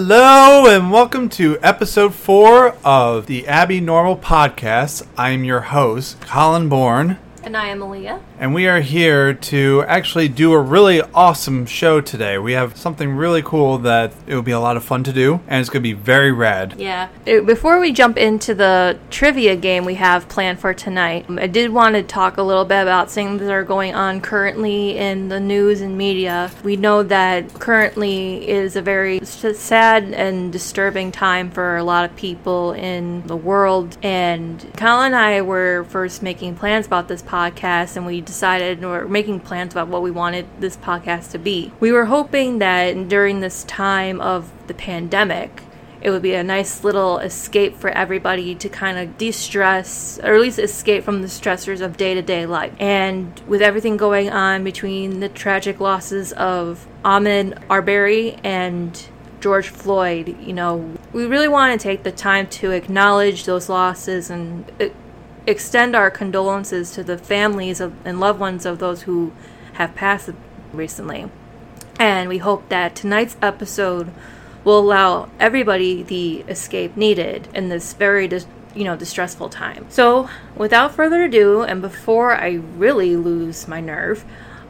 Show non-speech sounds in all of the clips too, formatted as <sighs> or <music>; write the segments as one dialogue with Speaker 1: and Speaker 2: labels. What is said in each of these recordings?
Speaker 1: Hello and welcome to episode four of the Abby Normal podcast. I'm your host, Colin Bourne,
Speaker 2: And I am Aaliyah.
Speaker 1: and we are here to actually do a really awesome show today. We have something really cool that it will be a lot of fun to do, and it's going to be very rad.
Speaker 2: Yeah. Uh, Before we jump into the trivia game we have planned for tonight, um, I did want to talk a little bit about things that are going on currently in the news and media. We know that currently is a very s- sad and disturbing time for a lot of people in the world. And Colin and I were first making plans about this podcast, and we decided we we're making plans about what we wanted this podcast to be. We were hoping that during this time of the pandemic, it would be a nice little escape for everybody to kind of de stress or at least escape from the stressors of day to day life. And with everything going on between the tragic losses of Ahmed Arbery and George Floyd, you know, we really want to take the time to acknowledge those losses and uh, extend our condolences to the families of, and loved ones of those who have passed recently. And we hope that tonight's episode will allow everybody the escape needed in this very, dis- you know, distressful time. So, without further ado, and before I really lose my nerve,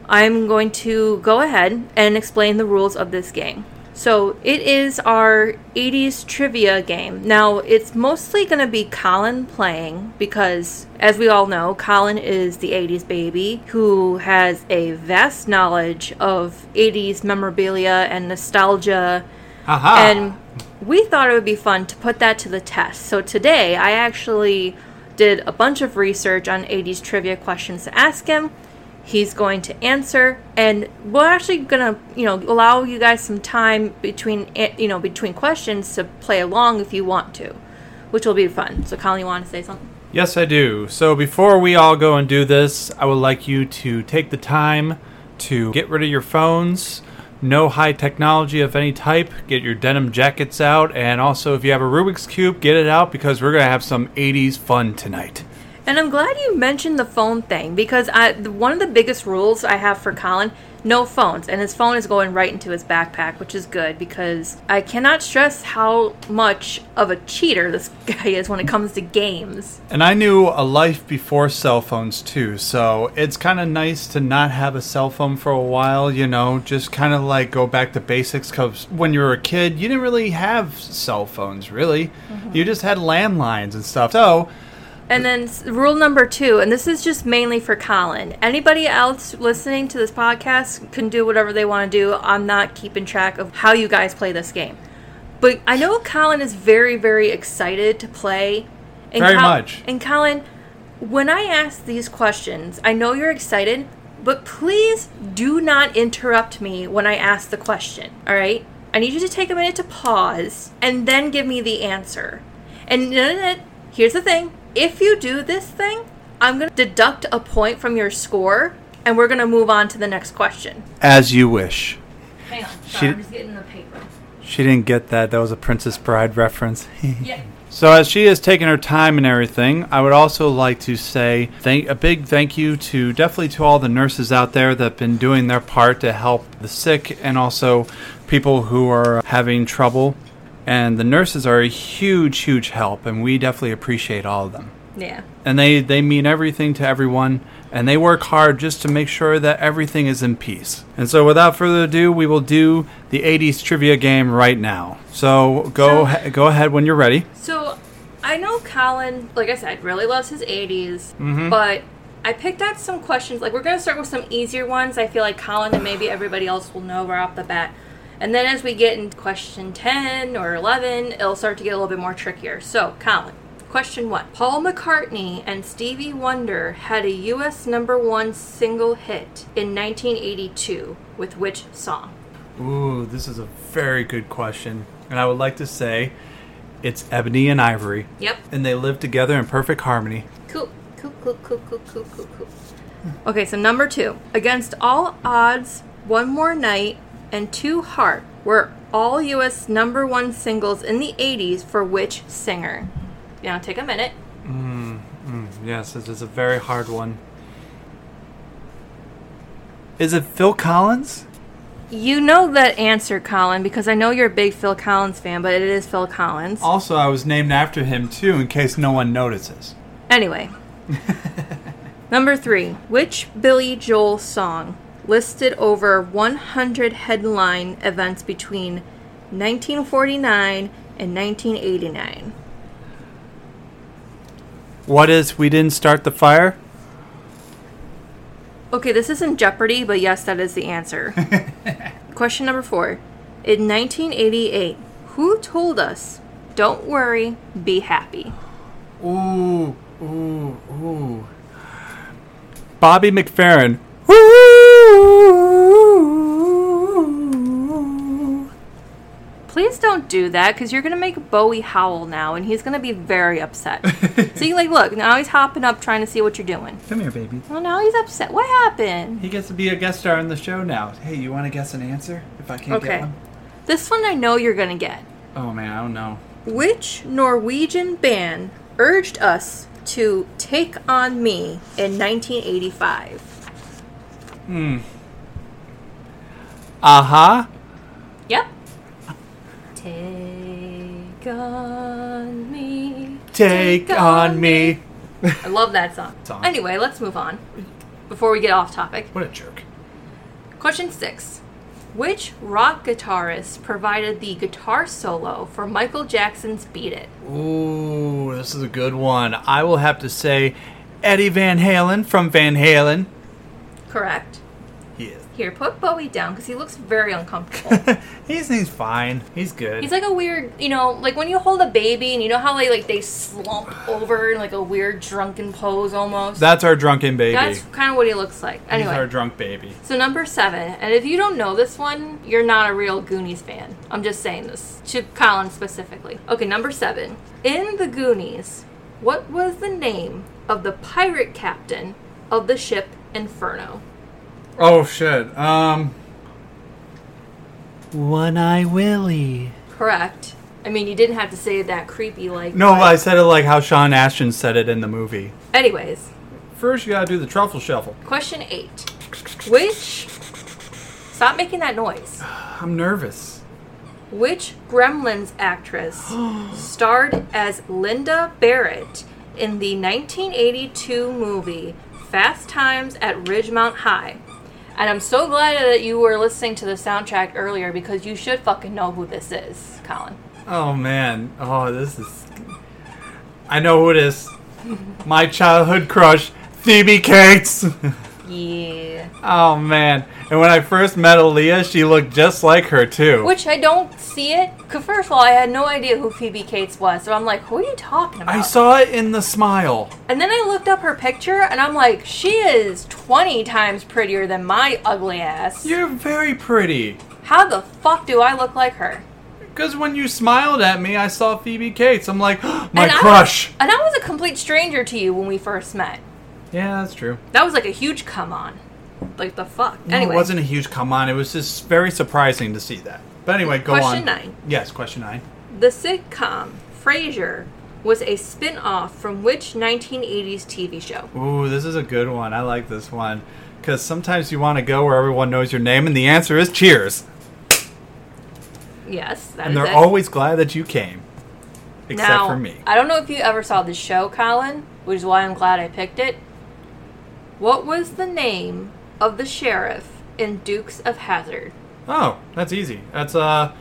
Speaker 2: I'm going to go ahead and explain the rules of this game. So, it is our 80s trivia game. Now, it's mostly going to be Colin playing because, as we all know, Colin is the 80s baby who has a vast knowledge of 80s memorabilia and nostalgia.
Speaker 1: Haha!
Speaker 2: And we thought it would be fun to put that to the test. So, today I actually did a bunch of research on 80s trivia questions to ask him he's going to answer and we're actually going to you know allow you guys some time between eh, you know between questions to play along if you want to which will be fun so colin you want to say something
Speaker 1: Yes, I do. So before we all go and do this, I would like you to take the time to get rid of your phones, no high technology of any type, get your denim jackets out, and also if you have a Rubik's Cube, get it out because we're going to have some 80s fun tonight.
Speaker 2: and i'm glad you mentioned the phone thing because i th- one of the biggest rules i have for colin no phones and his phone is going right into his backpack which is good because i cannot stress how much of a cheater this <laughs> guy is when it comes to games
Speaker 1: And I knew a life before cell phones too, so it's kind of nice to not have a cell phone for a while, you know, just kind of like go back to basics cuz when you were a kid, you didn't really have cell phones, really. You just had landlines and stuff. So,
Speaker 2: And then s- rule number two, and this is just mainly for Colin. Anybody else listening to this podcast can do whatever they want to do. I'm not keeping track of how you guys play this game. But I know Colin is very, very excited to play. And
Speaker 1: Very much.
Speaker 2: And Colin, when I ask these questions, I know you're excited, but please do not interrupt me when I ask the question. All right? I need you to take a minute to pause and then give me the answer. And then- here's the thing if you do this thing, I'm going to deduct a point from your score and we're going to move on to the next question.
Speaker 1: as you wish.
Speaker 2: Hang on.
Speaker 1: Sorry, She- I'm just
Speaker 2: getting the paper.
Speaker 1: She didn't get that. That was a Princess Bride reference. <laughs>
Speaker 2: Yeah.
Speaker 1: so as she has taken her time and everything, I would also like to say thank a big thank you to definitely to all the nurses out there that have been doing their part to help the sick and also people who are having trouble. And the nurses are a huge, huge help, and we definitely appreciate all of them
Speaker 2: Yeah.
Speaker 1: and they they mean everything to everyone and they work hard just to make sure that everything is in peace and so without further ado we will do the 80s trivia game right now so go
Speaker 2: So-
Speaker 1: ha- go ahead when you're ready
Speaker 2: So I know Colin, like I said, really loves his 80s, but I picked out some questions. Like, we're going to start with some easier ones. I feel like Colin and maybe everybody else will know right off the bat. And then as we get into question 10 or 11, it'll start to get a little bit more trickier. So, Colin, question one Paul McCartney and Stevie Wonder had a U.S. number one single hit in 1982 with which song?
Speaker 1: ooh this is a very good question and i would like to say it's ebony and ivory
Speaker 2: Yep.
Speaker 1: and they live together in perfect harmony
Speaker 2: Cool, cool, cool, cool, cool, cool, cool, cool. Hmm. Okay, so number two. Against all odds, One More Night and Two Heart were all U.S. number one singles in the 80s for which singer? Now take a minute.
Speaker 1: yes this is a very hard one is it phil collins
Speaker 2: You know that answer, Colin, because I know you're a big Phil Collins fan, but it is Phil Collins.
Speaker 1: Also, I was named after him too, in case no one notices.
Speaker 2: Anyway. Number three. Which Billy Joel song listed over 100 headline events between 1949 and 1989?
Speaker 1: What is We Didn't Start the Fire?
Speaker 2: Okay, this isn't Jeopardy, but yes, that is the answer. Question number four. In 1988, who told us, don't worry, be happy?
Speaker 1: Ooh, ooh, ooh. Bobby McFerrin. Ooh.
Speaker 2: Please don't do that because you're going to make Bowie howl now and he's going to be very upset. so you like, look, now he's hopping up trying to see what you're doing.
Speaker 1: Come here, baby.
Speaker 2: Well, now he's upset. What happened?
Speaker 1: He gets to be a guest star on the show now. Hey, you want to guess an answer if I can't
Speaker 2: Okay. This one I know you're going to get.
Speaker 1: Oh man, I don't know.
Speaker 2: Which Norwegian band urged us to take on me in 1985?
Speaker 1: Aha.
Speaker 2: Yep. Take on me.
Speaker 1: Take on me.
Speaker 2: I love that song.
Speaker 1: Song.
Speaker 2: Anyway, let's move on before we get off topic.
Speaker 1: What a jerk.
Speaker 2: Question six Which rock guitarist provided the guitar solo for Michael Jackson's Beat It?
Speaker 1: Ooh, this is a good one. I will have to say Eddie Van Halen from Van Halen.
Speaker 2: Correct.
Speaker 1: Yes.
Speaker 2: Here, put Bowie down because he looks very uncomfortable.
Speaker 1: <laughs> he's he's fine. He's good.
Speaker 2: He's like a weird, you know, like when you hold a baby and you know how they like they slump over in like a weird drunken pose almost.
Speaker 1: That's our drunken baby.
Speaker 2: That's kind of what he looks like.
Speaker 1: He's our
Speaker 2: Anyway,
Speaker 1: drunk baby.
Speaker 2: so number seven, and if you don't know this one, you're not a real Goonies fan. I'm just saying this to Colin specifically. Okay, number seven. In the Goonies, what was the name of the pirate captain of the ship Inferno?
Speaker 1: Oh shit. Um One Eye Willie.
Speaker 2: Correct. I mean, you didn't have to say it that creepy like.
Speaker 1: No,
Speaker 2: but-
Speaker 1: I said it like how Sean Ashton said it in the movie.
Speaker 2: Anyways,
Speaker 1: First you gotta do the truffle shuffle.
Speaker 2: Question eight. Which. Stop making that noise.
Speaker 1: I'm nervous.
Speaker 2: Which Gremlins actress starred as Linda Barrett in the 1982 movie Fast Times at Ridgemont High? And I'm so glad that you were listening to the soundtrack earlier because you should fucking know who this is, Colin.
Speaker 1: Oh man. Oh this is I know who it is. My childhood crush, Phoebe Cates. <laughs>
Speaker 2: Yeah.
Speaker 1: oh man. And when I first met Aaliyah, she looked just like her too.
Speaker 2: Which I don't see it. 'cause first of all, I had no idea who Phoebe Cates was, so I'm like, who are you talking about?
Speaker 1: I saw it in the smile.
Speaker 2: And then I looked up her picture and I'm like, she is 20 times prettier than my ugly ass.
Speaker 1: You're very pretty.
Speaker 2: How the fuck do I look like her?
Speaker 1: Because when you smiled at me, I saw Phoebe Cates. I'm like, <gasps> my
Speaker 2: And I was-
Speaker 1: crush.
Speaker 2: and I was a complete stranger to you when we first met.
Speaker 1: Yeah, that's true.
Speaker 2: That was like a huge come on. Like the fuck.
Speaker 1: No,
Speaker 2: Anyway,
Speaker 1: It wasn't a huge come on. It was just very surprising to see that. But anyway, go
Speaker 2: Question
Speaker 1: on.
Speaker 2: nine.
Speaker 1: Yes, question nine.
Speaker 2: the sitcom Frasier was a spin off from which 1980s TV show?
Speaker 1: Ooh, this is a good one. I like this one. Because sometimes you want to go where everyone knows your name, and the answer is cheers.
Speaker 2: Yes, that is
Speaker 1: And they're
Speaker 2: it.
Speaker 1: always glad that you came. Except
Speaker 2: now,
Speaker 1: for me.
Speaker 2: I don't know if you ever saw this show, Colin, which is why I'm glad I picked it. What was the name of the sheriff in Dukes of Hazard?
Speaker 1: Oh, that's easy. That's uh,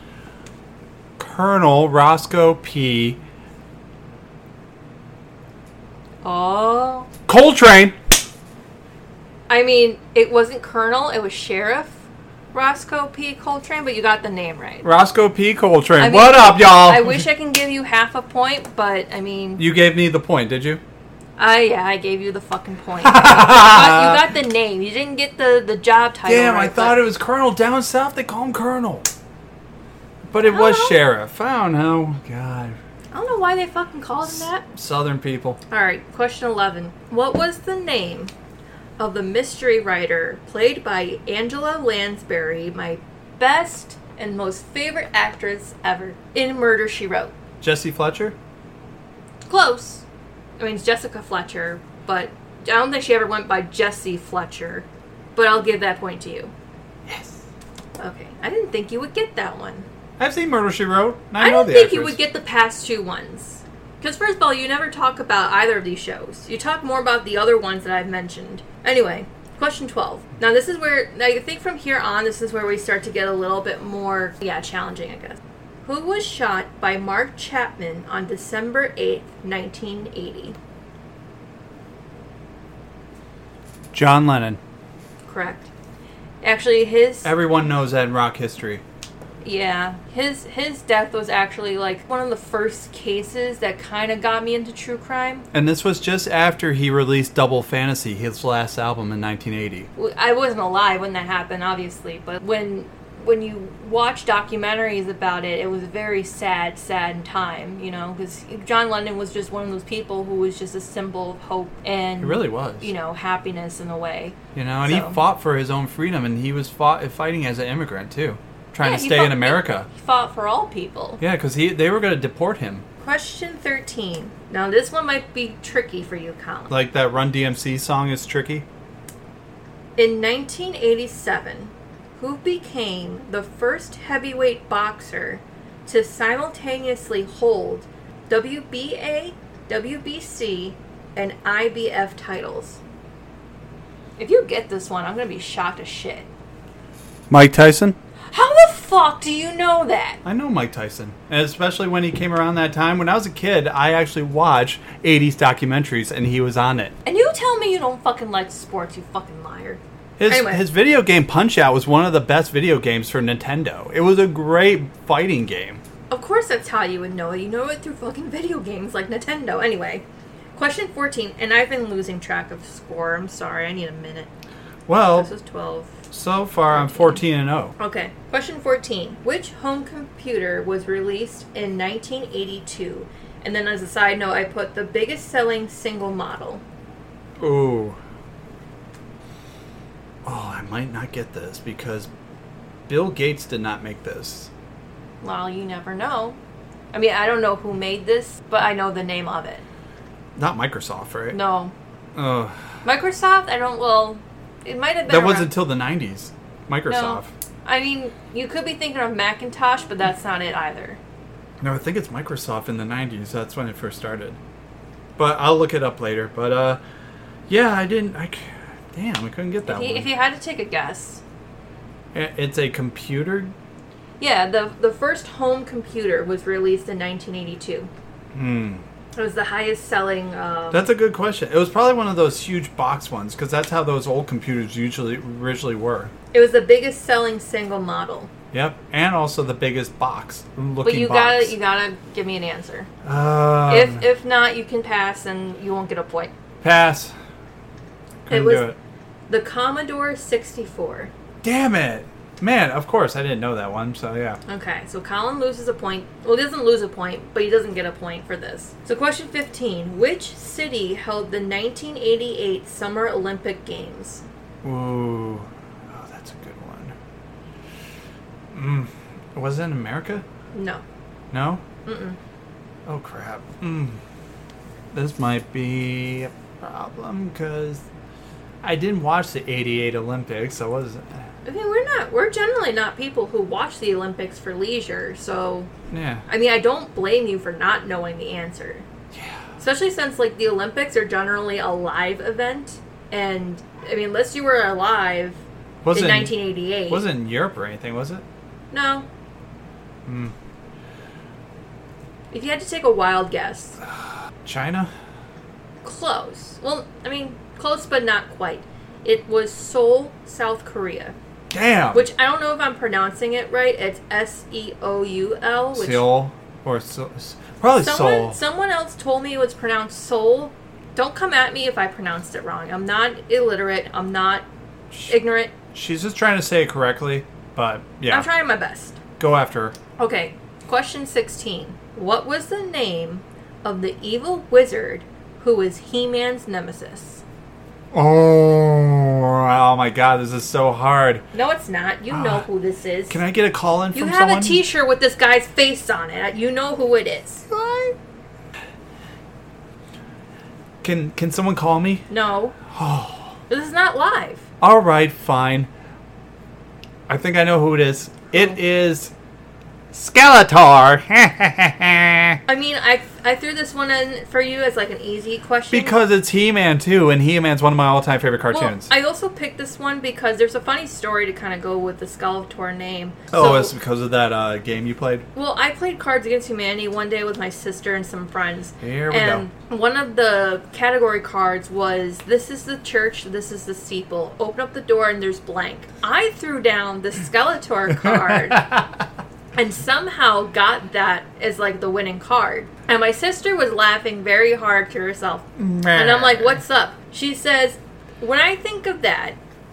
Speaker 1: Colonel Roscoe P.
Speaker 2: Oh,
Speaker 1: Coltrane.
Speaker 2: I mean, it wasn't Colonel; it was Sheriff Roscoe P. Coltrane. But you got the name right.
Speaker 1: Roscoe P. Coltrane.
Speaker 2: I mean,
Speaker 1: what up, y'all?
Speaker 2: I wish I can give you half a point, but I mean,
Speaker 1: You gave me the point, did you?
Speaker 2: I yeah, I gave you the
Speaker 1: <laughs>
Speaker 2: fucking point. you, got, you got the name. You didn't get the the job title.
Speaker 1: Damn, I
Speaker 2: right,
Speaker 1: thought
Speaker 2: but-
Speaker 1: it was Colonel down south. They call him Colonel. But it
Speaker 2: don't
Speaker 1: was
Speaker 2: know.
Speaker 1: Sheriff. I don't know. God.
Speaker 2: I don't know why they fucking called him that.
Speaker 1: Southern people.
Speaker 2: All right, question 11. What was the name of the mystery writer played by Angela Lansbury, my best and most favorite actress ever, in Murder She Wrote?
Speaker 1: Jesse Fletcher?
Speaker 2: Close. I mean, it's Jessica Fletcher, but I don't think she ever went by Jessie Fletcher, but I'll give that point to you.
Speaker 1: Yes.
Speaker 2: Okay, I didn't think you would get that one.
Speaker 1: I've seen Murder She Wrote. And I,
Speaker 2: I
Speaker 1: know
Speaker 2: don't
Speaker 1: the
Speaker 2: think you
Speaker 1: actress.
Speaker 2: would get the past two ones. Because, first of all, you never talk about either of these shows. You talk more about the other ones that I've mentioned. Anyway, question 12. Now, this is where, I think from here on, this is where we start to get a little bit more, yeah, challenging, I guess. Who was shot by Mark Chapman on December 8th, 1980?
Speaker 1: John Lennon.
Speaker 2: Correct. Actually, his.
Speaker 1: Everyone knows that in rock history.
Speaker 2: Yeah, his his death was actually like one of the first cases that kind of got me into true crime.
Speaker 1: And this was just after he released Double Fantasy, his last album in 1980.
Speaker 2: W- I wasn't alive when that happened, obviously, but when when you watch documentaries about it, it was a very sad, sad time, you know, because John Lennon was just one of those people who was just a symbol of hope and
Speaker 1: He really was.
Speaker 2: you know, happiness in a way.
Speaker 1: You know, and
Speaker 2: So-
Speaker 1: he fought for his own freedom, and he was fought fighting as an immigrant too, trying
Speaker 2: Yeah,
Speaker 1: to
Speaker 2: he
Speaker 1: stay
Speaker 2: fought-
Speaker 1: in America.
Speaker 2: He fought for all people.
Speaker 1: Yeah, because he they were going to deport him,
Speaker 2: Question thirteen. Now this one might be tricky for you, Colin.
Speaker 1: like that Run DMC song is tricky.
Speaker 2: In 1987, who became the first heavyweight boxer to simultaneously hold WBA, WBC, and IBF titles? If you get this one, I'm gonna be shocked as shit.
Speaker 1: Mike Tyson.
Speaker 2: How the fuck do you know that?
Speaker 1: I know Mike Tyson, and especially when he came around that time. When I was a kid, I actually watched 80s documentaries, and he was on it.
Speaker 2: And you tell me you don't fucking like sports, you fucking liar.
Speaker 1: His,
Speaker 2: Anyway.
Speaker 1: his video game Punch Out was one of the best video games for Nintendo. It was a great fighting game.
Speaker 2: Of course, that's how you would know it. You know it through fucking video games like Nintendo. Anyway, question 14, and I've been losing track of score. I'm sorry, I need a minute. This
Speaker 1: Well,
Speaker 2: is 12.
Speaker 1: so far I'm 14 and 0.
Speaker 2: Okay, question 14. Which home computer was released in 1982? And then, as a side note, I put the biggest selling single model.
Speaker 1: Ooh. Oh, I might not get this because Bill Gates did not make this.
Speaker 2: Well, you never know. I mean, I don't know who made this, but I know the name of it.
Speaker 1: Not Microsoft, right?
Speaker 2: No.
Speaker 1: Ugh.
Speaker 2: Microsoft, I don't, well, it might have been.
Speaker 1: that was
Speaker 2: around-
Speaker 1: until the 90s.
Speaker 2: No.
Speaker 1: Microsoft.
Speaker 2: I mean, you could be thinking of Macintosh, but that's not it either.
Speaker 1: No, I think it's Microsoft in the 90s. That's when it first started. But I'll look it up later. But, uh, yeah, I didn't. I, c- damn, I couldn't get that
Speaker 2: If you,
Speaker 1: one.
Speaker 2: if you had to take a guess,
Speaker 1: I- It's a computer.
Speaker 2: yeah, the the first home computer was released in 1982.
Speaker 1: Hmm.
Speaker 2: It was the highest selling. Um,
Speaker 1: That's a good question. It was probably one of those huge box ones because that's how those old computers usually originally were.
Speaker 2: it was the biggest selling single model.
Speaker 1: Yep, and also the biggest box looking
Speaker 2: But you
Speaker 1: box.
Speaker 2: gotta you gotta give me an answer.
Speaker 1: Um,
Speaker 2: if if not, you can pass and you won't get a point.
Speaker 1: pass. Couldn't
Speaker 2: was-
Speaker 1: do it.
Speaker 2: The Commodore 64.
Speaker 1: Damn it, man! Of course, I didn't know that one. So yeah,
Speaker 2: Okay, so Colin loses a point. Well, he doesn't lose a point, but he doesn't get a point for this. So, question 15 Which city held the 1988 Summer Olympic Games?
Speaker 1: ooh, oh, that's a good one. Mm. Was it in America?
Speaker 2: No.
Speaker 1: No.
Speaker 2: Mm-mm.
Speaker 1: Oh crap. Mm. This might be a problem because I didn't watch the '88 Olympics. So I was,
Speaker 2: I mean, we're not, we're generally not people who watch the Olympics for leisure, so,
Speaker 1: yeah.
Speaker 2: I mean, I don't blame you for not knowing the answer.
Speaker 1: Yeah.
Speaker 2: Especially since, like, the Olympics are generally a live event, and, I mean, unless you were alive
Speaker 1: Was
Speaker 2: in
Speaker 1: it
Speaker 2: 1988.
Speaker 1: wasn't in Europe or anything? Was it?
Speaker 2: No.
Speaker 1: Hmm.
Speaker 2: If you had to take a wild guess,
Speaker 1: China.
Speaker 2: close. Well, I mean, close but not quite. It was Seoul, South Korea,
Speaker 1: Damn.
Speaker 2: which I don't know if I'm pronouncing it right. It's S E O U L, which
Speaker 1: Seoul or so, probably
Speaker 2: someone
Speaker 1: Seoul.
Speaker 2: someone else told me it was pronounced Seoul. Don't come at me if I pronounced it wrong. I'm not illiterate. I'm not
Speaker 1: Sh-
Speaker 2: ignorant.
Speaker 1: She's just trying to say it correctly, but yeah,
Speaker 2: I'm trying my best.
Speaker 1: go after her.
Speaker 2: Okay, question 16. What was the name of the evil wizard who was He Man's nemesis?
Speaker 1: Oh, oh my God, this is so hard.
Speaker 2: No, it's not. You know
Speaker 1: Ah,
Speaker 2: who this is.
Speaker 1: Can I get a call in
Speaker 2: you
Speaker 1: from
Speaker 2: have
Speaker 1: someone?
Speaker 2: a t shirt with this guy's face on it. You know who it is.
Speaker 1: Can can someone call me? <sighs>
Speaker 2: No.
Speaker 1: Oh,
Speaker 2: This is not live.
Speaker 1: all right, fine. I think I know who it is.
Speaker 2: Oh.
Speaker 1: It is
Speaker 2: <laughs>
Speaker 1: Skeletor.
Speaker 2: I mean, I I threw this one in for you as like an easy question
Speaker 1: because it's He-Man too, and He-Man's one of my all-time favorite cartoons.
Speaker 2: Well, I also picked this one because there's a funny story to kind of go with the Skeletor name.
Speaker 1: oh,
Speaker 2: So-
Speaker 1: it's because of that uh, game you played.
Speaker 2: Well, I played Cards Against Humanity one day with my sister and some friends.
Speaker 1: Here we
Speaker 2: and one of the category cards was this is the church, this is the steeple. Open up the door and there's blank. I threw down
Speaker 1: <laughs>
Speaker 2: the Skeletor card and somehow got that as like the winning card. And my sister was laughing very hard to herself. And I'm
Speaker 1: <laughs>
Speaker 2: like, what's up? She says, when I think of that,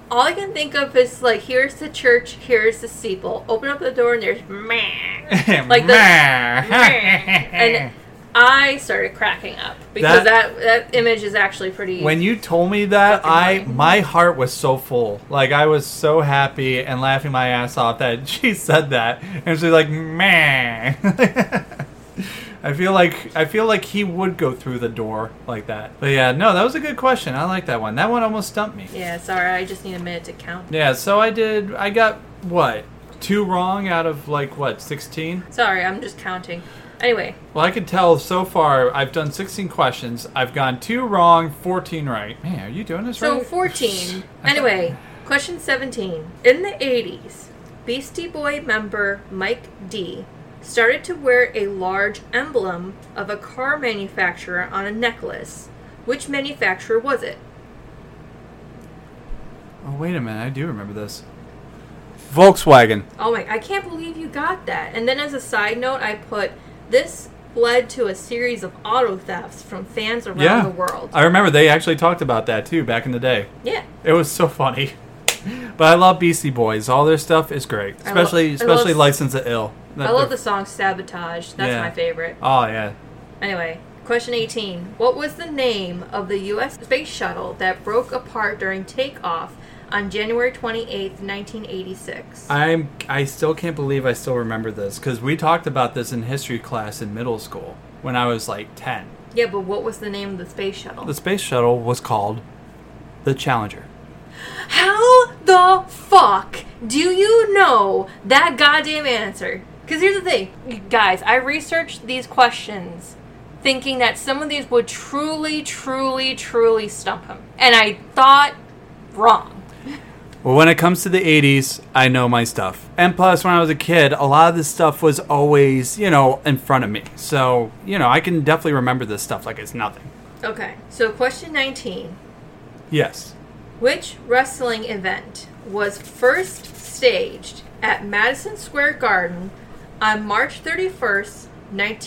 Speaker 2: all I can think of is like, here's the church, here's the steeple. Open up the door and there's <laughs> meh. like the- and I started cracking up because that, that image is actually pretty.
Speaker 1: when you told me that,
Speaker 2: Fucking
Speaker 1: I
Speaker 2: funny.
Speaker 1: my heart was so full. Like I was so happy and laughing my ass off that <laughs> she said that, and she's like, "Man." <laughs> I feel like I feel like he would go through the door like that. But yeah, no, that was a good question. I like that one. That one almost stumped me.
Speaker 2: yeah, sorry, I just need a minute to count.
Speaker 1: Yeah, so I did. I got what two wrong out of like what sixteen.
Speaker 2: Sorry, I'm just counting. Anyway,
Speaker 1: Well, I can tell so far. I've done sixteen questions. I've gone two wrong, fourteen right. Man, are you doing this
Speaker 2: so
Speaker 1: right? <laughs>
Speaker 2: 14. Anyway, question 17. In the 80s, Beastie Boy member Mike D started to wear a large emblem of a car manufacturer on a necklace. Which manufacturer was it?
Speaker 1: Oh wait a minute, I do remember this. Volkswagen.
Speaker 2: Oh my, I can't believe you got that. And then as a side note, I put this led to a series of auto thefts from fans around
Speaker 1: yeah,
Speaker 2: the world.
Speaker 1: I remember they actually talked about that too back in the day.
Speaker 2: yeah.
Speaker 1: It was so funny. <laughs> but I love Beastie Boys. All their stuff is great,
Speaker 2: I lo-
Speaker 1: especially
Speaker 2: I love
Speaker 1: especially
Speaker 2: s-
Speaker 1: License to Ill.
Speaker 2: I love the song Sabotage. That's
Speaker 1: Yeah.
Speaker 2: my favorite.
Speaker 1: Oh yeah.
Speaker 2: Anyway, question 18. What was the name of the US space shuttle that broke apart during takeoff on January 28th, 1986?
Speaker 1: I'm I still can't believe I still remember this because we talked about this in history class in middle school when I was like ten.
Speaker 2: yeah, but what was the name of the space shuttle?
Speaker 1: The space shuttle was called the Challenger.
Speaker 2: How the fuck do you know that goddamn answer? Because here's the thing, you guys, I researched these questions thinking that some of these would truly, truly, truly stump him. And I thought wrong.
Speaker 1: Well, when it comes to the 80s, I know my stuff. And plus, when I was a kid, a lot of this stuff was always, you know, in front of me. So, you know, I can definitely remember this stuff like it's nothing.
Speaker 2: Okay, so question 19
Speaker 1: Yes.
Speaker 2: Which wrestling event was first staged at Madison Square Garden on March 31st,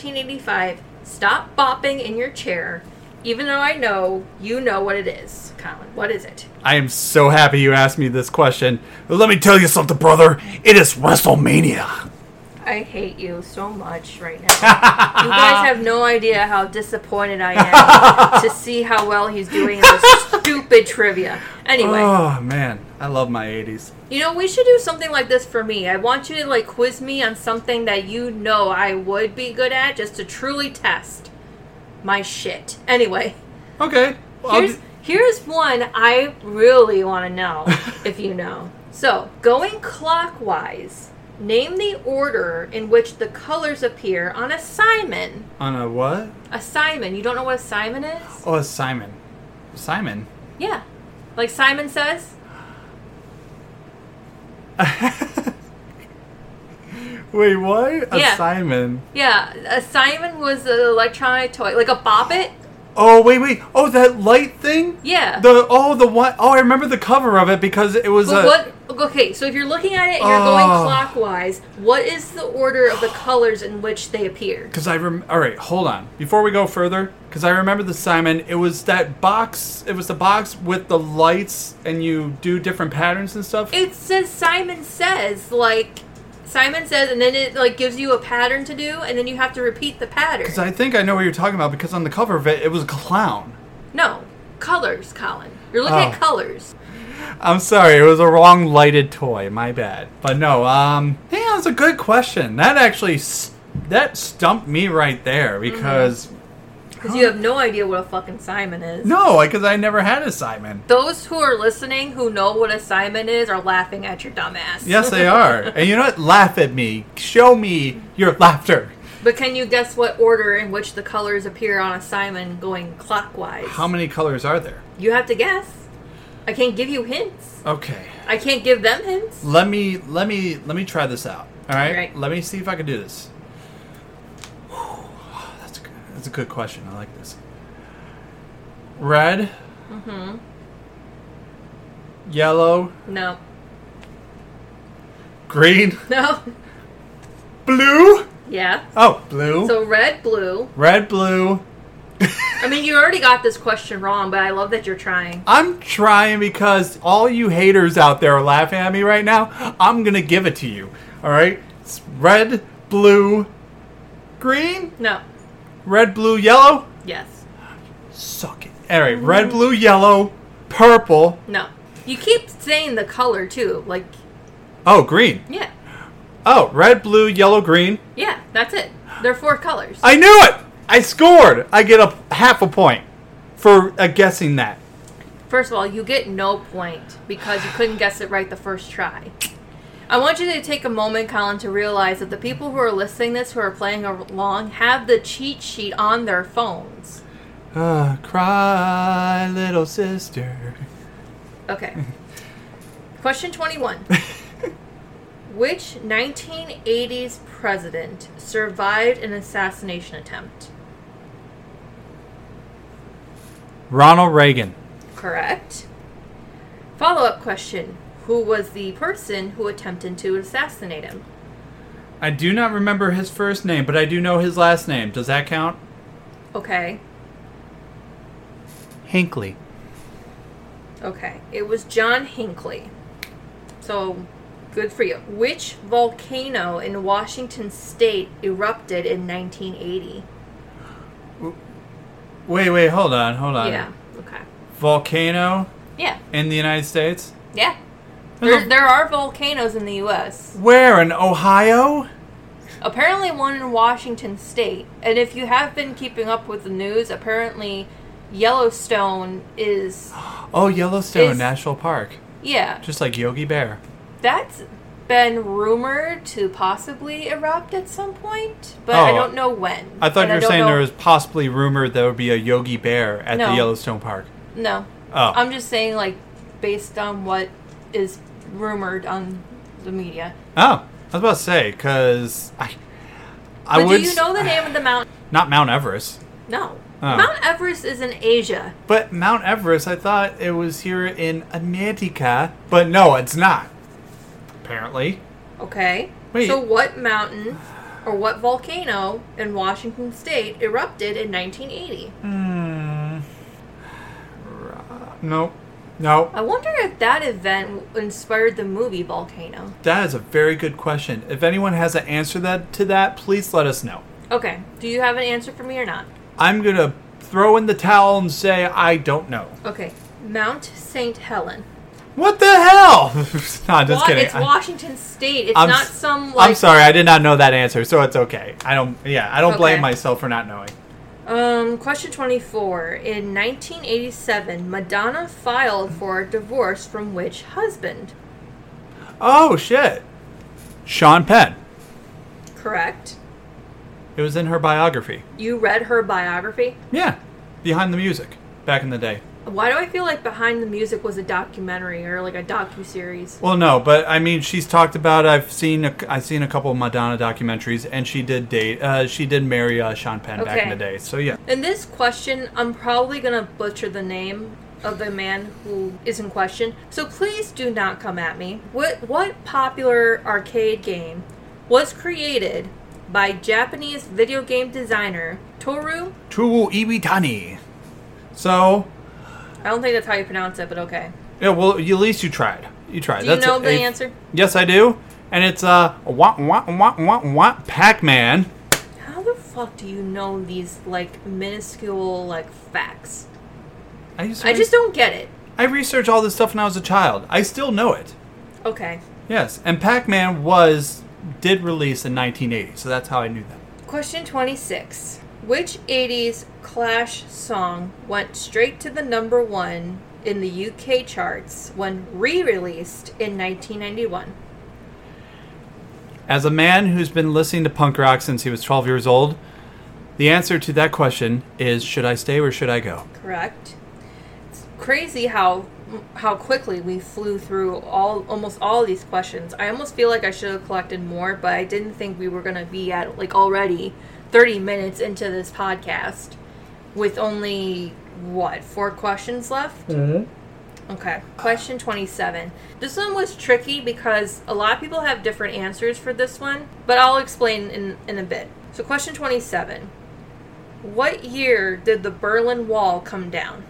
Speaker 2: 1985? Stop bopping in your chair, even though I know you know what it is, Colin. What is it?
Speaker 1: I am so happy you asked me this question. But let me tell you something, brother. It is WrestleMania.
Speaker 2: I hate you so much right now. you guys have no idea how disappointed I am to see how well he's doing in this stupid trivia. Anyway.
Speaker 1: Oh, man. I love my 80s.
Speaker 2: You know, we should do something like this for me. I want you to like quiz me on something that you know I would be good at just to truly test my shit. Anyway,
Speaker 1: Okay. Well, I'll
Speaker 2: here's
Speaker 1: do-
Speaker 2: here's one I really want to
Speaker 1: <laughs>
Speaker 2: know if you know. So, going clockwise, name the order in which the colors appear on a Simon.
Speaker 1: on a what?
Speaker 2: A Simon. You don't know what a Simon is?
Speaker 1: Oh, a Simon. Simon. <laughs>
Speaker 2: Yeah. Like Simon says?
Speaker 1: Wait, what? A
Speaker 2: Yeah.
Speaker 1: Simon.
Speaker 2: Yeah, a Simon was an electronic toy, like a bobbit.
Speaker 1: Oh, wait, wait. Oh, that light thing?
Speaker 2: Yeah.
Speaker 1: The oh the one oh I remember the cover of it because it was
Speaker 2: But
Speaker 1: a
Speaker 2: what? Okay, so if you're looking at it, and you're going
Speaker 1: Oh. Oh. um,
Speaker 2: Mm-hmm. because you have no idea what a fucking Simon is.
Speaker 1: No, because I never had a Simon.
Speaker 2: Those who are listening who know what a Simon is are laughing at your dumbass.
Speaker 1: Yes, they are. and you know what? Laugh at me. Show me your laughter.
Speaker 2: <laughs> But can you guess what order in which the colors appear on a Simon going clockwise?
Speaker 1: How many colors are there?
Speaker 2: You have to guess. I can't give you hints.
Speaker 1: Okay.
Speaker 2: I can't give them hints.
Speaker 1: Let me let me let me try this out. All right.
Speaker 2: Right.
Speaker 1: Let me see if I can do this. <sighs> Whew. That's a good, that's a good question. I like this. Red. Mm-hmm. Yellow.
Speaker 2: No. <laughs>
Speaker 1: Green.
Speaker 2: No.
Speaker 1: Blue.
Speaker 2: Yeah.
Speaker 1: Oh, blue.
Speaker 2: So red, blue.
Speaker 1: Red, blue.
Speaker 2: I mean, you already got this question wrong, but I love that you're trying.
Speaker 1: I'm trying because all you haters out there are laughing at me right now. I'm gonna give it to you. All right. It's red, blue, green.
Speaker 2: No.
Speaker 1: Red, blue, yellow.
Speaker 2: Yes.
Speaker 1: Suck it. Anyway, red, blue, yellow, purple.
Speaker 2: No. You keep saying the color too. Like,
Speaker 1: Oh, green.
Speaker 2: yeah.
Speaker 1: Oh, red, blue, yellow, green.
Speaker 2: Yeah, that's it. There are four colors.
Speaker 1: I knew it. I scored. I get a half a point for uh, guessing that. <sighs>
Speaker 2: First of all, you get no point because you couldn't guess it right the first try. I want you to take a moment, Colin, to realize that the people who are listening this, who are playing along, have the cheat sheet on their phones.
Speaker 1: Uh, cry, little sister.
Speaker 2: Okay. Question 21. Which 1980s president survived an assassination attempt?
Speaker 1: Ronald Reagan.
Speaker 2: Correct. Follow up question Who was the person who attempted to assassinate him?
Speaker 1: I do not remember his first name, but I do know his last name. Does that count?
Speaker 2: Okay.
Speaker 1: Hinckley.
Speaker 2: Okay. It was John Hinckley. So, good for you. Which volcano in Washington state erupted in 1980?
Speaker 1: Wait, wait, hold on, hold on.
Speaker 2: Yeah. Okay.
Speaker 1: Volcano
Speaker 2: Yeah.
Speaker 1: in the United States?
Speaker 2: Yeah.
Speaker 1: There's
Speaker 2: There,
Speaker 1: a-
Speaker 2: there are volcanoes in the U.S.
Speaker 1: Where? In Ohio?
Speaker 2: Apparently, one in Washington state. And if you have been keeping up with the news, apparently Yellowstone is.
Speaker 1: Oh, Yellowstone
Speaker 2: Is-
Speaker 1: National Park.
Speaker 2: Yeah.
Speaker 1: Just like Yogi Bear.
Speaker 2: That's been rumored to possibly erupt at some point, but I
Speaker 1: Oh.
Speaker 2: don't know when.
Speaker 1: I thought
Speaker 2: And
Speaker 1: you were
Speaker 2: don't
Speaker 1: saying
Speaker 2: know-
Speaker 1: there was possibly rumored there would be a Yogi Bear at
Speaker 2: No. Um,
Speaker 1: the Yellowstone Park.
Speaker 2: No.
Speaker 1: Oh.
Speaker 2: I'm just saying, like, based on what is rumored on the media.
Speaker 1: oh, I was about to say, because I, I
Speaker 2: But
Speaker 1: would.
Speaker 2: do you
Speaker 1: s-
Speaker 2: know the name of the mountain?
Speaker 1: Not Mount Everest.
Speaker 2: No.
Speaker 1: Oh.
Speaker 2: Mount Everest is in Asia.
Speaker 1: But Mount Everest, I thought it was here in America. But no, it's not. Apparently.
Speaker 2: Okay.
Speaker 1: Wait.
Speaker 2: So, what mountain or what volcano in Washington state erupted in 1980?
Speaker 1: Nope. Nope.
Speaker 2: I wonder if that event inspired the movie Volcano.
Speaker 1: That is a very good question. If anyone has an answer that to that, please let us know.
Speaker 2: Okay. Do you have an answer for me or not?
Speaker 1: I'm gonna throw in the towel and say I don't know.
Speaker 2: Okay. Mount St. Helen.
Speaker 1: What the hell? <laughs> no, I'm just
Speaker 2: Wa-
Speaker 1: kidding.
Speaker 2: It's
Speaker 1: I-
Speaker 2: Washington State. It's
Speaker 1: I'm
Speaker 2: not
Speaker 1: s-
Speaker 2: some like
Speaker 1: I'm sorry, I did not know that answer, so it's okay. I don't. Yeah, I don't blame
Speaker 2: Okay.
Speaker 1: myself for not knowing.
Speaker 2: Um, question 24. In 1987, Madonna filed for a divorce from which husband?
Speaker 1: Oh shit. Sean Penn.
Speaker 2: Correct.
Speaker 1: It was in her biography.
Speaker 2: You read her biography?
Speaker 1: Yeah, behind the music back in the day.
Speaker 2: Why do I feel like Behind the Music was a documentary or like a docu-series?
Speaker 1: Well, no, but I mean, she's talked about. I've seen. A, I've seen a couple of Madonna documentaries, and she did date. Uh, she did marry uh, Sean Penn back in
Speaker 2: Okay.
Speaker 1: the day. So yeah.
Speaker 2: In this question, I'm probably going to butcher the name of the man who is in question. So please do not come at me. What what popular arcade game was created by Japanese video game designer Toru?
Speaker 1: Toru Iwatani. So
Speaker 2: I don't think that's how you pronounce it, but okay.
Speaker 1: yeah, well, you- at least you tried. You tried.
Speaker 2: Do you know the answer?
Speaker 1: Yes, I do. And it's uh, wah wah wah wah wah Pac-Man.
Speaker 2: How the fuck do you know these like minuscule like facts?
Speaker 1: I just,
Speaker 2: I just don't get it.
Speaker 1: I researched all this stuff when I was a child. I still know it.
Speaker 2: Okay.
Speaker 1: Yes, and Pac-Man was did release in 1980, so that's how I knew that.
Speaker 2: Question 26. Which 80s Clash song went straight to the number one in the UK charts when re released in 1991?
Speaker 1: As a man who's been listening to punk rock since he was 12 years old, the answer to that question is should I stay or should I go?
Speaker 2: Correct. It's crazy how how quickly we flew through all almost all these questions. I almost feel like I should have collected more, but I didn't think we were going to be at like already 30 minutes into this podcast with only what, four questions left? Okay. Question 27. This one was tricky because a lot of people have different answers for this one, but I'll explain in, in a bit. So, question 27. What year did the Berlin Wall come down?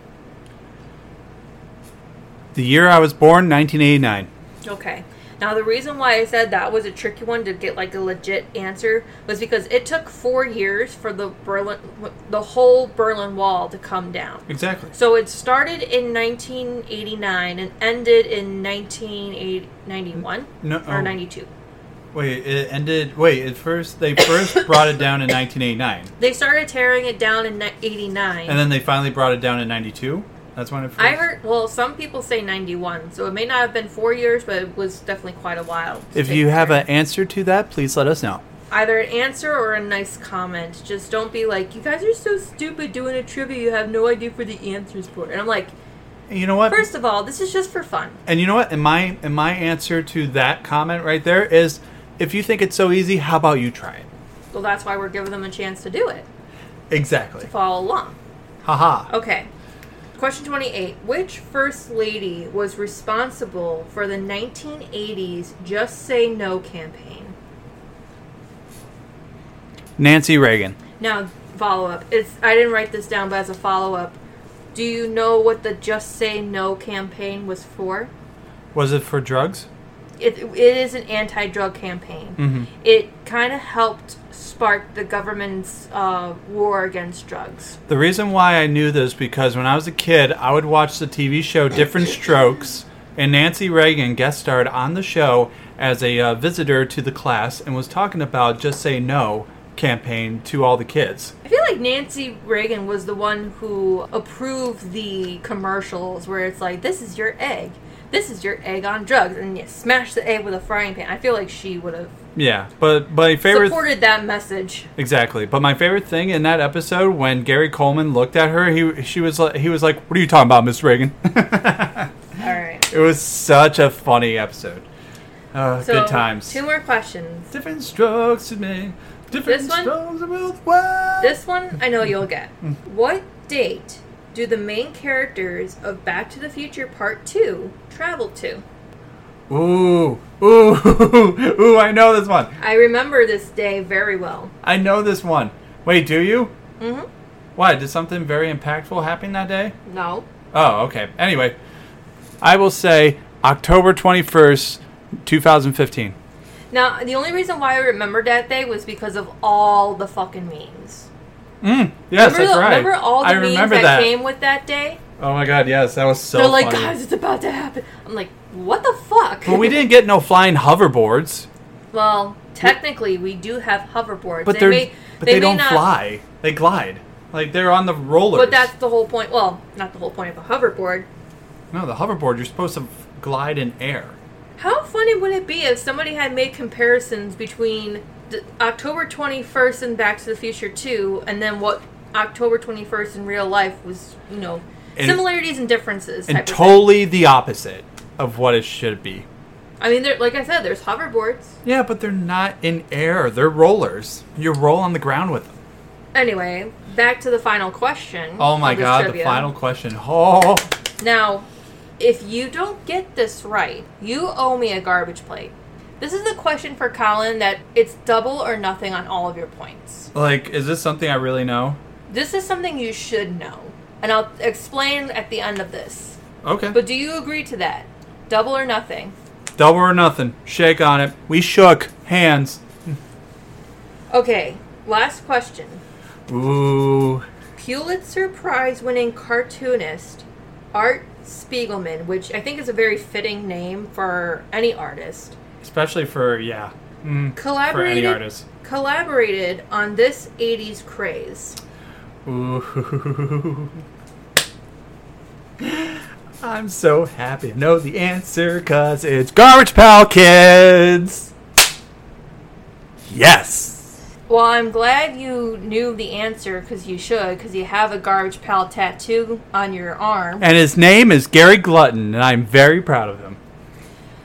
Speaker 1: The year I was born, 1989.
Speaker 2: Okay. Now, the reason why I said that was a tricky one to get like a legit answer was because it took four years for the Berlin, the whole Berlin Wall to come down.
Speaker 1: Exactly.
Speaker 2: So it started in 1989 and ended in 1991
Speaker 1: No,
Speaker 2: or
Speaker 1: oh.
Speaker 2: 92.
Speaker 1: Wait, it ended. Wait, at first they
Speaker 2: <laughs>
Speaker 1: first brought it down in 1989,
Speaker 2: They started tearing it down in ni- 89.
Speaker 1: and then they finally brought it down in 92. That's when it. First,
Speaker 2: I heard, well, some people say 91, so it may not have been four years, but it was definitely quite a while. to
Speaker 1: If
Speaker 2: take
Speaker 1: you have
Speaker 2: care.
Speaker 1: an answer to that, please let us know.
Speaker 2: either an answer or a nice comment, just don't be like, you guys are so stupid doing a trivia, you have no idea for the answers for it. And I'm like,
Speaker 1: And you know what?
Speaker 2: first of all, this is just for fun.
Speaker 1: and you know what? And my and my answer to that comment right there is, if you think it's so easy, how about you try it?
Speaker 2: Well, that's why we're giving them a chance to do it,
Speaker 1: Exactly.
Speaker 2: follow along.
Speaker 1: Haha.
Speaker 2: Okay. Question 28. Which First Lady was responsible for the 1980s Just Say No campaign?
Speaker 1: Nancy Reagan.
Speaker 2: Now, follow up. It's I didn't write this down, but as a follow up, do you know what the Just Say No campaign was for?
Speaker 1: Was it for drugs?
Speaker 2: It, it is an anti-drug campaign.
Speaker 1: Mm-hmm.
Speaker 2: It kind of helped spark the government's uh, war against drugs.
Speaker 1: The reason why I knew this because when I was a kid, I would watch the TV show Different Strokes, and Nancy Reagan guest starred on the show as a uh, visitor to the class and was talking about just say no campaign to all the kids.
Speaker 2: I feel like Nancy Reagan was the one who approved the commercials where it's like, "This is your egg. This is your egg on drugs," and you smash the egg with a frying pan. I feel like she would have
Speaker 1: Yeah, but my favorite
Speaker 2: supported that message.
Speaker 1: exactly. But my favorite thing in that episode when Gary Coleman looked at her, he she was like, he was like, "What are you talking about, Miss Reagan?"
Speaker 2: All right.
Speaker 1: it was such a funny episode. Uh,
Speaker 2: So,
Speaker 1: good times.
Speaker 2: Two more questions.
Speaker 1: Different strokes to me. Different
Speaker 2: This one?
Speaker 1: strokes will the world.
Speaker 2: This one I know you'll get. What date do the main characters of Back to the Future Part 2 travel to?
Speaker 1: Ooh, ooh, <laughs> ooh! I know this one.
Speaker 2: I remember this day very well.
Speaker 1: I know this one. Wait, do you?
Speaker 2: Mhm.
Speaker 1: Why? Did something very impactful happen that day?
Speaker 2: No.
Speaker 1: Oh, okay. Anyway, I will say October twenty first, two thousand fifteen.
Speaker 2: Now, the only reason why I remembered that day was because of all the fucking memes.
Speaker 1: Mm, yes, that's
Speaker 2: remember, the-
Speaker 1: right.
Speaker 2: remember all the
Speaker 1: I
Speaker 2: memes
Speaker 1: remember
Speaker 2: that,
Speaker 1: that.
Speaker 2: came with that day?
Speaker 1: Oh my god, yes, that was so.
Speaker 2: They're like,
Speaker 1: funny.
Speaker 2: guys, it's about to happen. I'm like, what the fuck?
Speaker 1: But we didn't get no flying hoverboards.
Speaker 2: <laughs> Well, technically, we do have hoverboards.
Speaker 1: But
Speaker 2: they
Speaker 1: they're
Speaker 2: may,
Speaker 1: but
Speaker 2: they,
Speaker 1: they,
Speaker 2: may
Speaker 1: don't
Speaker 2: not,
Speaker 1: fly. They glide. Like they're on the rollers.
Speaker 2: But that's the whole point. Well, not the whole point of a hoverboard.
Speaker 1: no the hoverboard. You're supposed to glide in air.
Speaker 2: How funny would it be if somebody had made comparisons between d- October 21st and Back to the Future 2 and then what October 21st in real life was, you know,
Speaker 1: And-
Speaker 2: similarities and differences.
Speaker 1: and
Speaker 2: type of
Speaker 1: totally the opposite of what it should be.
Speaker 2: thing. I mean, there, like I said, there's hoverboards.
Speaker 1: Yeah, but they're not in air. They're rollers. You roll on the ground with them.
Speaker 2: Anyway, back to the final question.
Speaker 1: Oh my
Speaker 2: of this
Speaker 1: god,
Speaker 2: trivia.
Speaker 1: the final question. Oh,
Speaker 2: Now, if you don't get this right, you owe me a garbage plate. This is the question for Colin that it's double or nothing on all of your points.
Speaker 1: like is this something I really know?
Speaker 2: This is something you should know, and I'll explain at the end of this.
Speaker 1: Okay.
Speaker 2: But do you agree to that? Double or nothing?
Speaker 1: Double or nothing. Shake on it. We shook hands.
Speaker 2: Okay, last question.
Speaker 1: Ooh.
Speaker 2: Pulitzer Prize winning cartoonist Art Spiegelman, which I think is a very fitting name for any artist,
Speaker 1: Especially for yeah,
Speaker 2: collaborated
Speaker 1: for any artist.
Speaker 2: collaborated on this 80s craze.
Speaker 3: Ooh. <laughs> I'm so happy. I know the answer because it's Garbage Pail Kids. Yes.
Speaker 2: Well, I'm glad you knew the answer because you should, because you have a garbage pal tattoo on your arm.
Speaker 3: And his name is Gary Glutton, and I'm very proud of him.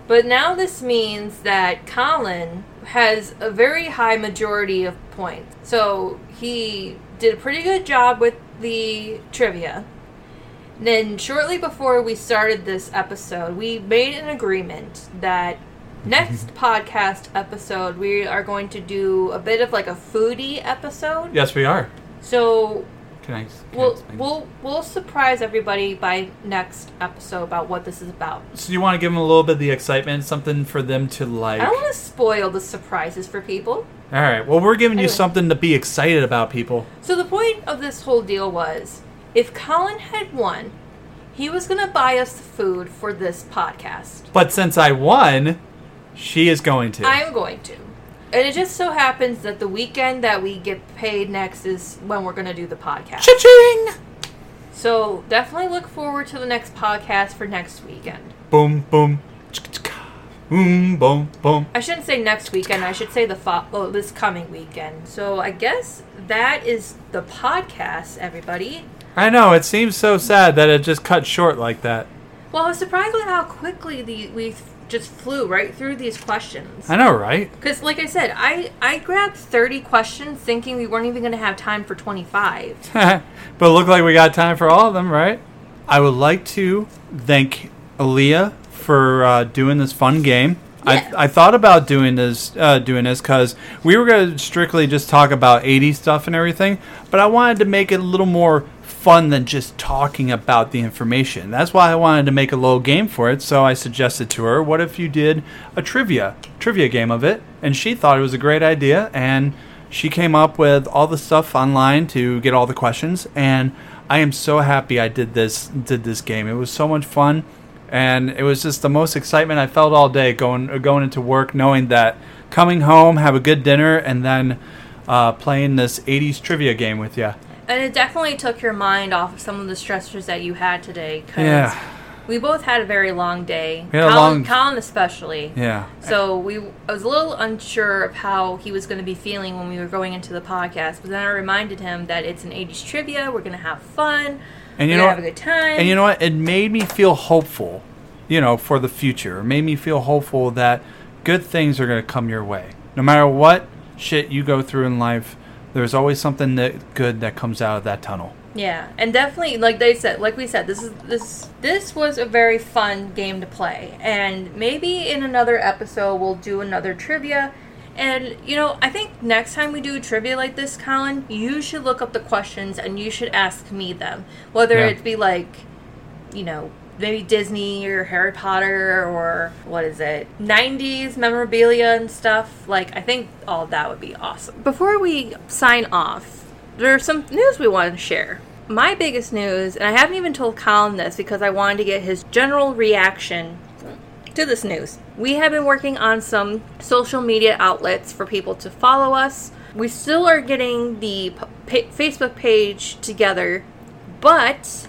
Speaker 2: But now this means that Colin has a very high majority of points. So he did a pretty good job with the trivia. Then, shortly before we started this episode, we made an agreement that next podcast episode, we are going to do a bit of like a foodie episode.
Speaker 3: Yes, we are.
Speaker 2: So
Speaker 3: Can I? Can I
Speaker 2: we'll,
Speaker 3: explain?
Speaker 2: we'll, we'll surprise everybody by next episode about what this is about.
Speaker 3: so you want to give them a little bit of the excitement, something for them to like.
Speaker 2: I don't want to spoil the surprises for people.
Speaker 3: All right. Well, we're giving you
Speaker 2: Anyway.
Speaker 3: something to be excited about, people.
Speaker 2: So the point of this whole deal was if Colin had won, he was going to buy us the food for this podcast.
Speaker 3: But since I won, she is going to.
Speaker 2: I'm going to. And it just so happens that the weekend that we get paid next is when we're going to do the podcast.
Speaker 3: Cha-ching!
Speaker 2: So definitely look forward to the next podcast for next weekend.
Speaker 3: Boom, boom. Chicka-chicka. Boom, boom, boom.
Speaker 2: I shouldn't say next weekend. I should say the fo- oh, this coming weekend. So I guess that is the podcast, everybody.
Speaker 3: I know, it seems so sad that it just cut short like that.
Speaker 2: Well, I was surprised with how quickly the we just flew right through these questions.
Speaker 3: I know, right? <laughs>
Speaker 2: Because, like I said, I I grabbed thirty questions thinking we weren't even going to have time for twenty five.
Speaker 3: but look like we got time for all of them, right?
Speaker 1: I would like to thank Aaliyah for uh, doing this fun game.
Speaker 2: Yeah.
Speaker 1: I, I thought about doing this uh, doing this because we were going to strictly just talk about 80 stuff and everything, but I wanted to make it a little more fun than just talking about the information. That's why I wanted to make a little game for it. So I suggested to her, "What if you did a trivia trivia game of it?" And she thought it was a great idea, and she came up with all the stuff online to get all the questions and i am so happy i did this did this game it was so much fun and it was just the most excitement i felt all day going uh, going into work knowing that coming home have a good dinner and then uh, playing this 80s trivia game with you
Speaker 2: And it definitely took your mind off of some of the stressors that you had today. 'cause
Speaker 1: Yeah.
Speaker 2: We both had a very long day.
Speaker 1: We had a
Speaker 2: Colin,
Speaker 1: long-
Speaker 2: Colin especially.
Speaker 1: yeah
Speaker 2: So we, I was a little unsure of how he was going to be feeling when we were going into the podcast, but then I reminded him that it's an '80s trivia. We're going to have fun.
Speaker 1: and you
Speaker 2: we're
Speaker 1: know
Speaker 2: gonna have a good time.
Speaker 1: And you know what? It made me feel hopeful, you know, for the future. It made me feel hopeful that good things are going to come your way. No matter what shit you go through in life, there's always something that good that comes out of that tunnel.
Speaker 2: Yeah, and definitely, like they said, like we said, this is this this was a very fun game to play, and maybe in another episode we'll do another trivia. And you know, I think next time we do a trivia like this, Colin, you should look up the questions and you should ask me them, whether
Speaker 1: Yeah.
Speaker 2: it be like, you know, maybe Disney or Harry Potter or what is it, '90s memorabilia and stuff. Like, I think all that would be awesome. Before we sign off, there's some news we want to share. My biggest news, and I haven't even told Colin this because I wanted to get his general reaction to this news. We have been working on some social media outlets for people to follow us. We still are getting the p- pa- Facebook page together, but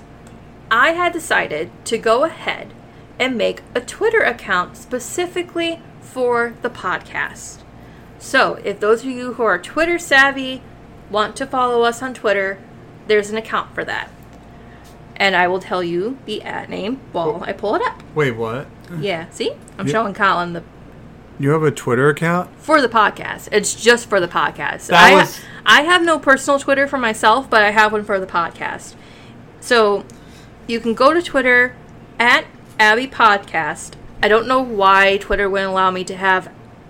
Speaker 2: I had decided to go ahead and make a Twitter account specifically for the podcast. So, if those of you who are Twitter savvy want to follow us on Twitter, there's an account for that. And I will tell you the at name while I pull it up.
Speaker 3: Wait, what?
Speaker 2: Yeah, see? I'm
Speaker 3: Yeah.
Speaker 2: showing Colin the
Speaker 3: You have a Twitter account?
Speaker 2: for the podcast. It's just for the podcast.
Speaker 3: That
Speaker 2: I
Speaker 3: was-
Speaker 2: I have no personal Twitter for myself, but I have one for the podcast. So you can go to Twitter at Abby Podcast. I don't know why Twitter wouldn't allow me to have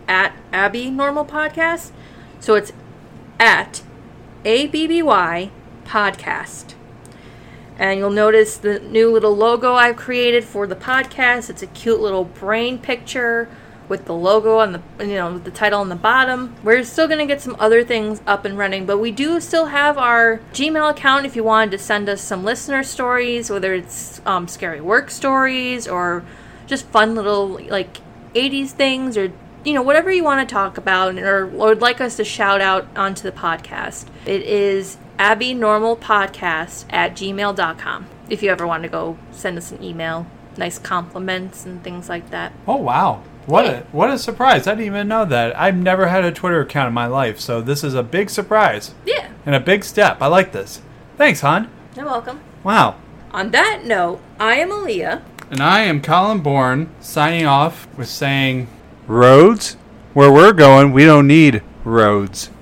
Speaker 2: at Abby Normal Podcast. So it's at ABBY Podcast. And you'll notice the new little logo I've created for the podcast. It's a cute little brain picture with the logo on the you know with the title on the bottom. We're still going to get some other things up and running, but we do still have our Gmail account if you wanted to send us some listener stories, whether it's um, scary work stories or just fun little like 80s things or you know, whatever you want to talk about or, or would like us to shout out onto the podcast. It is abnormalpodcast at gmail.com if you ever want to go send us an email, nice compliments and things like that.
Speaker 1: Oh wow. What a what a surprise. I didn't even know that. I've never had a Twitter account in my life, so this is a big surprise
Speaker 2: Yeah,
Speaker 1: and a big step. I like this. Thanks, hon.
Speaker 2: you're welcome.
Speaker 1: Wow.
Speaker 2: On that note, I am Aaliyah.
Speaker 1: And I am Colin Bourne signing off with saying roads where we're going, we don't need roads.